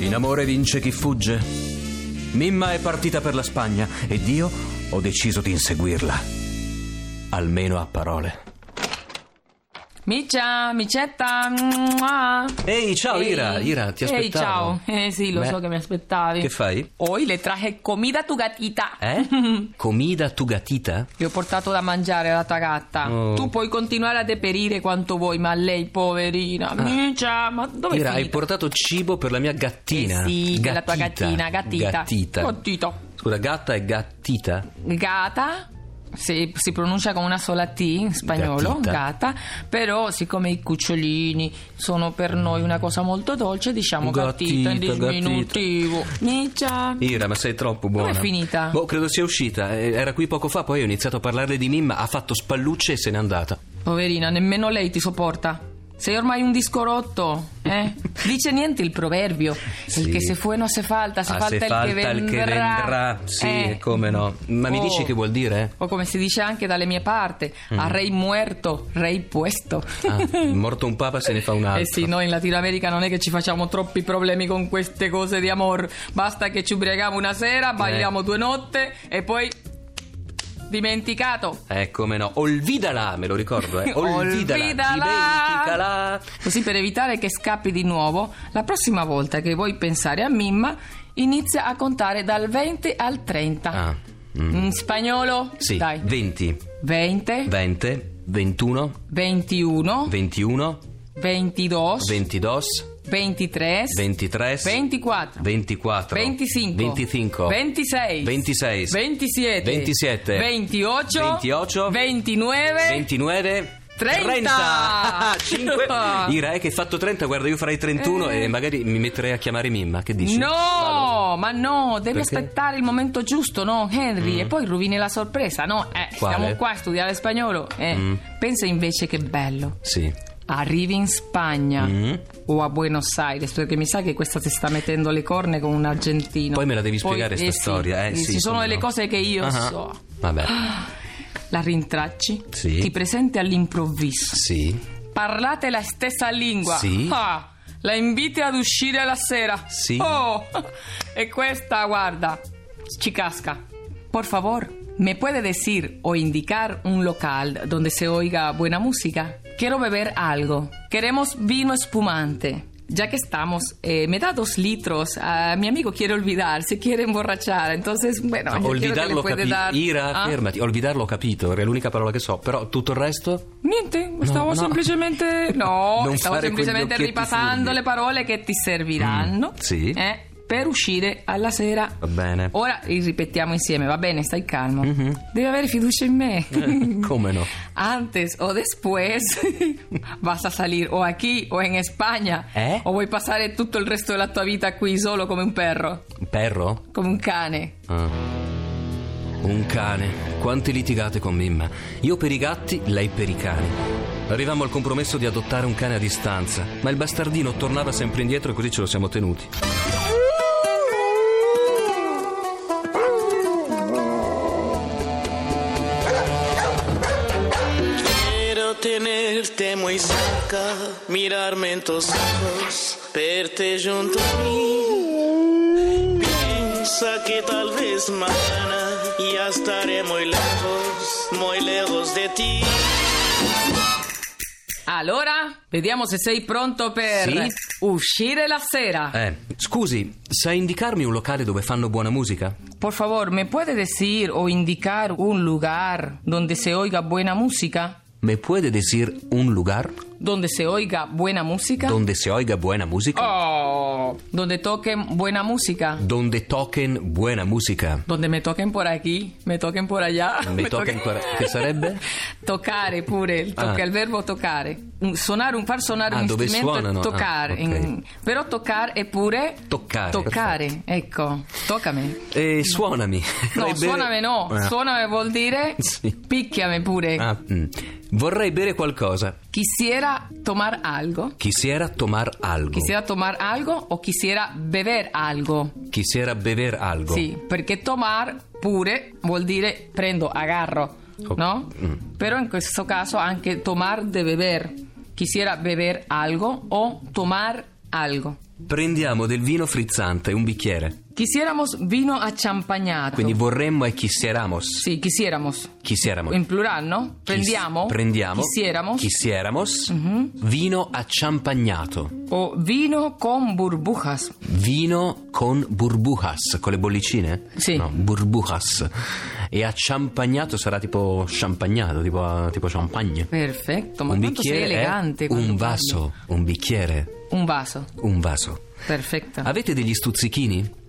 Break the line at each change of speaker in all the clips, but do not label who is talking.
In amore vince chi fugge. Mimma è partita per la Spagna ed io ho deciso di inseguirla. Almeno a parole.
Miccia, micetta. mua.
Ehi, ciao
Ehi.
Ira, Ira, ti aspettavo.
Ehi, ciao. Eh sì, lo
Beh,
so che mi aspettavi.
Che fai?
Hoy le traje comida a tu gatita.
Eh? Comida tu gatita?
Le ho portato da mangiare alla tua gatta.
Oh.
Tu puoi continuare a deperire quanto vuoi, ma lei, poverina. Miccia, ma dove
Ah. Ira,
è
hai
finita?
portato cibo per la mia gattina.
Eh sì, per la tua gattina, gattita.
Gattita.
Gattito.
Scusa, gatta e gattita?
Gata si, si pronuncia con una sola T in spagnolo,
Gatita.
gata, però siccome i cucciolini sono per noi una cosa molto dolce, diciamo
Gatita,
gatita, in diminutivo. Miccia.
Ira, ma sei troppo buona.
Com'è finita?
Boh, credo sia uscita. Eh, Era qui poco fa, poi ho iniziato a parlarle di Mimma, ha fatto spallucce e se n'è andata.
Poverina, nemmeno lei ti sopporta. Sei ormai un disco rotto, eh? Dice niente il proverbio.
Sì.
Il che se fue non se falta, se
Ah,
falta,
se
il,
falta
che vendrà.
il che vendrà. Sì,
Eh.
come no. Ma mi
Oh.
dici che vuol dire?
O come si dice anche dalle mie parti, a rei muerto, rei puesto.
Ah, morto un papa se ne fa un altro.
Eh sì, noi in Latino America non è che ci facciamo troppi problemi con queste cose di amor. Basta che ci ubriachiamo una
Eh.
sera, balliamo due notte e poi. dimenticato.
Eh, come no. Olvidala, me lo ricordo, eh. Olvidala.
Olvidala.
Dimenticala.
Così per evitare che scappi di nuovo, la prossima volta che vuoi pensare a Mimma, inizia a contare dal 20 al 30.
Ah, mm.
In spagnolo?
Sì,
Dai.
20,
20,
20, 21,
21,
21,
22,
22,
23,
23,
24.
24,
25
25,
26
26,
27
27,
28
28,
29
29
30.
5 Ira eh, che hai fatto 30 guarda io farei 31 e magari mi metterei a chiamare Mimma che dici?
Eh. No,
Vado.
ma no,
Perché?
devi
Mm.
aspettare il momento giusto, no, Henry? E poi rovini la sorpresa, no? Eh,
Quale? Mm.
stiamo qua a studiare spagnolo. Eh, Pensa invece che bello.
Sì
Arrivi in Spagna
Mm.
o a Buenos Aires, perché mi sa che questa si sta mettendo le corne con un argentino.
Poi me la devi spiegare
eh
sta
sì,
storia, eh, sì,
Ci sono
come
delle
no.
cose che io
Ah,
so. Ah.
Vabbè
La rintracci,
Sì.
ti presenti all'improvviso.
Sì
Parlate la stessa lingua.
Sì.
Ah, la inviti ad uscire la sera.
Sì.
Oh, e questa, guarda, ci casca. Por favor, ¿me puede decir o indicar un local donde se oiga buena música? Quiero beber algo. Queremos vino espumante. Ya que estamos, eh, me da dos litros. Ah, mi amigo quiere olvidar, se quiere emborrachar. Entonces, bueno,
Ah,
yo quiero que
Olvidarlo
le puede
capito
dar.
Ira
Ah,
fermati Olvidarlo ho capito È l'unica parola che so Però tutto il resto
Niente, stavo
no.
semplicemente. No,
Non
stavo
fare quegli
semplicemente
occhietti
ripasando
furbi.
le parole che ti serviranno.
Mm, sì.
eh, per uscire alla sera.
Va bene Mm-hmm.
Ora li ripetiamo insieme, va bene, stai calmo. Devi avere fiducia in me.
Eh, Come no
Antes o después vas a salir o aquí o in España.
Eh?
O vuoi passare tutto il resto della tua vita qui solo come un perro,
Perro?
come un cane.
Ah. Un cane. Quante litigate con Mimma. Io per i gatti, lei per i cani. Arrivammo al compromesso di adottare un cane a distanza, ma il bastardino tornava sempre indietro e così ce lo siamo tenuti.
Quiero tenerte muy cerca, mirarme en tus ojos, verte junto a mí. Piensa que tal vez mañana ya estaré muy lejos, muy lejos de ti.
Allora, vediamo se sei pronto per
Sì.
uscire la sera.
Eh, scusi, sai indicarmi un locale dove fanno buona musica?
Por favor, ¿me puede decir o indicar un lugar donde se oiga buena música?
Me puede decir un lugar
¿Donde se oiga buena música?
donde se oiga buena música?
Oh, donde toquen buena música.
Donde toquen buena música.
Donde me toquen por aquí, me toquen por allá.
Me toquen por- ¿Qué sarebbe?
Toccare pure, il, tocca-
Ah.
il verbo toccare. un- suonare, un- far suonare
Ah,
un
dove
strumento
suonano?
e
Ah,
toccare.
ok.
in- però toccare è pure
Toccare,
toccare, ecco, toccami.
E suonami.
No,
Vorrei bere-
suonami no,
Ah.
suonami vuol dire
Sì.
picchiami pure.
Ah, mm. Vorrei bere qualcosa.
Quisiera tomar algo.
Quisiera tomar algo.
Quisiera tomar algo o quisiera beber algo.
Quisiera bever algo.
Sì, perché tomar pure vuol dire prendo, agarro,
Ok. Mm.
no? Però in questo caso anche tomar de beber. Quisiera beber algo o tomar algo.
Prendiamo del vino frizzante, un bicchiere.
Quisiéramos vino acciampagnato.
Quindi vorremmo e quisieramos.
sì, quisiéramos.
Quisiéramos.
In plurale, no?
Chis-
Prendiamo.
Prendiamo.
Quisiéramos.
Quisiéramos.
Mhm.
Vino acciampagnato.
o vino con burbujas.
Vino con burbujas, con le bollicine?
Sì.
No, burbujas. E acciampagnato sarà tipo champagnato, tipo, tipo champagne.
Perfetto, ma
un
quanto sei
bicchiere è
elegante. quando
eh, un
parli.
vaso, un bicchiere,
Un vaso,
un vaso.
perfetto.
Avete degli stuzzichini?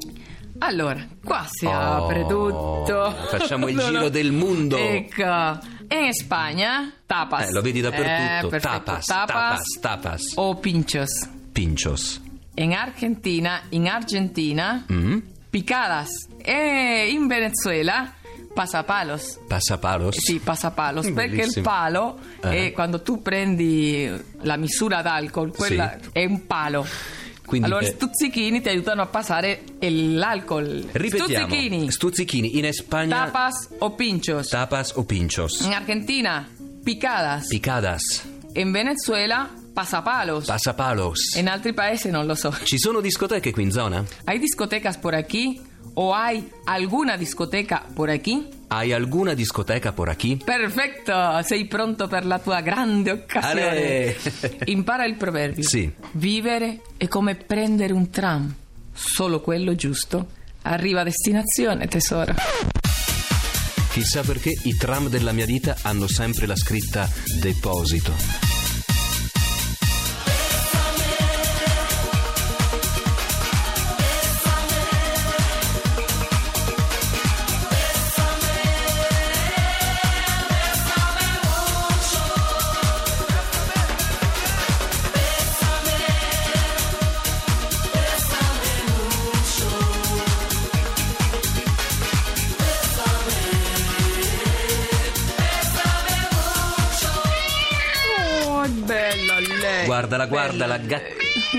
Allora, qua si
Oh,
apre tutto.
facciamo il giro del mondo.
Ecco, in Spagna, tapas.
Eh, lo vedi dappertutto.
Eh, perfetto.
tapas, tapas, tapas.
O pinchos.
Pinchos.
In Argentina, in Argentina,
Mm?
picadas. E in Venezuela, pasapalos.
Passapalos.
Sì, pasapalos, perché il
Bellissimo.
palo
Eh.
è quando tu prendi la misura d'alcol, quella è un palo.
Quindi,
allora,
eh,
stuzzichini ti aiutano a passare el- l'alcol.
Ripetiamo.
Stuzzichini.
Stuzzichini. In Spagna.
Tapas Mm. o pinchos.
tapas o pinchos.
En Argentina, picadas.
Picadas.
en Venezuela, pasapalos.
Passapalos.
en altri paesi non lo so.
Ci sono discoteche qui in zona?
¿Hay discotecas por aquí? ¿O hay alguna discoteca por aquí?
Hai alguna discoteca por aquí?
Perfecto, sei pronto per la tua grande occasione.
Ale!
Impara il proverbio.
Sì.
Vivere è come prendere un tram, solo quello giusto arriva a destinazione, tesoro.
Chissà perché i tram della mia vita hanno sempre la scritta deposito.
Oh, è Eh, bella lei.
Guardala, guarda la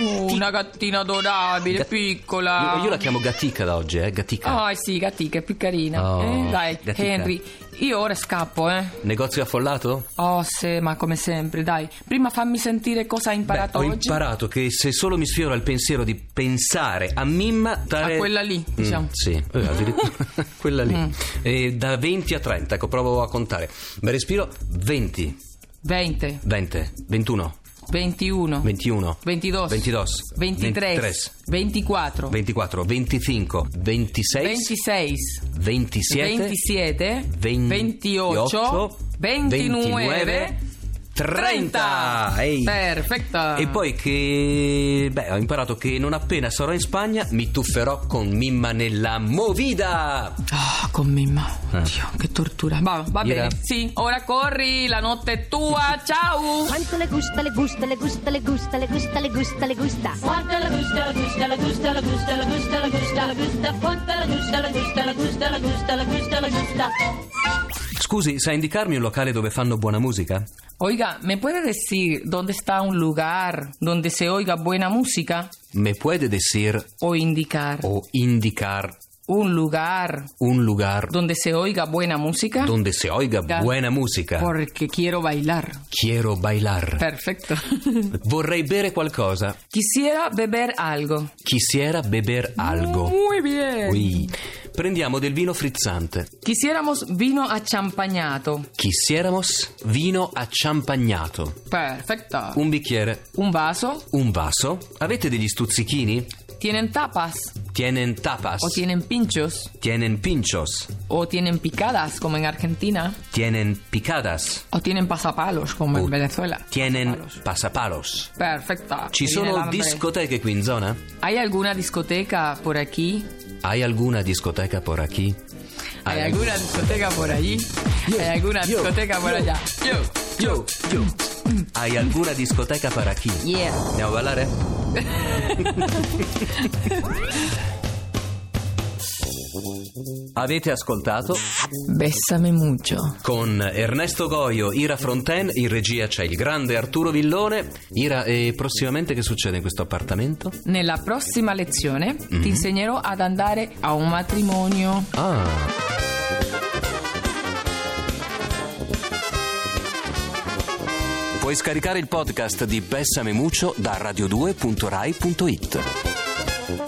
Oh, Una gattina adorabile, piccola.
Io, io la chiamo Gatica da oggi, eh? Gatica.
Ah, sì, gattica, è più carina.
Oh,
eh, dai,
gattica.
Henry, io ora scappo, eh.
Negozio affollato?
Oh, sì, ma come sempre, dai. Prima fammi sentire cosa hai
Beh,
imparato
ho
oggi.
imparato che se solo mi sfiora il pensiero di pensare a Mimma dare...
A quella lì, diciamo. Mm.
sì, eh, addirittura quella lì. E da 20 a 30, ecco, provo a contare. Beh, respiro 20,
20,
20, 21,
21,
21,
22,
22,
23, 24,
24, 25, 26,
26,
27,
27,
28,
28, 29,
30. Ehi.
Perfetto.
E poi che... Beh, ho imparato che non appena sarò in Spagna mi tufferò con Mimma nella movida.
Ah, con Mimma. Dio, che tortura. Va, va
Mira.
bene. Sì, ora corri, la notte è tua. Ciao.
Cuánto le gusta, le gusta, le gusta, le gusta, le gusta, le gusta, le gusta.
Quanta la gusta, la gusta, la gusta, la gusta, la gusta, la gusta, la gusta, quanta la gusta, la gusta, la gusta, la gusta, la gusta, la gusta.
Scusi, sa indicarmi un locale dove fanno buona musica?
Oiga, ¿me puede decir dónde está un lugar donde se oiga buena música?
Me puede decir
O indicar
o indicar
un lugar
un lugar
donde se oiga buena música.
donde se oiga
Ga-
buena musica?
Porque quiero bailar.
Quiero bailar.
Perfecto.
Vorrei bere qualcosa.
Quisiera beber algo.
Quisiera beber algo.
Muy bien.
Ui. Prendiamo del vino frizzante.
Quisiéramos vino achampañado.
Quisieramos vino acciampagnato.
Perfecto.
Un bicchiere.
Un vaso.
Un vaso? Avete degli stuzzichini?
Tienen tapas.
Tienen tapas.
O tienen pinchos.
Tienen pinchos.
O tienen picadas, como en Argentina.
Tienen picadas.
O tienen pasapalos, como
O
en Venezuela.
Tienen
Pasapalos.
passapalos.
Perfecto.
Ci
Me viene el
sono
hambre.
discoteche qui in zona?
¿Hay alguna discoteca por aquí?
Hai alguna discoteca por aquí?
¿Hay alguna discoteca por allí? ¿Hay alguna
yo,
discoteca por allá? Yo.
Yo, yo. ¿Hay alguna discoteca para aquí?
Mm. Yeah.
¿Andiamo a bailar? eh? Avete ascoltato
Bésame mucho.
con Ernesto Goio, Ira Fronten, in regia c'è il grande Arturo Villone. Ira, e prossimamente che succede in questo appartamento?
Nella prossima lezione ti insegnerò ad andare a un matrimonio.
Ah. Puoi scaricare il podcast di Bessame Muccio da radio2.rai.it.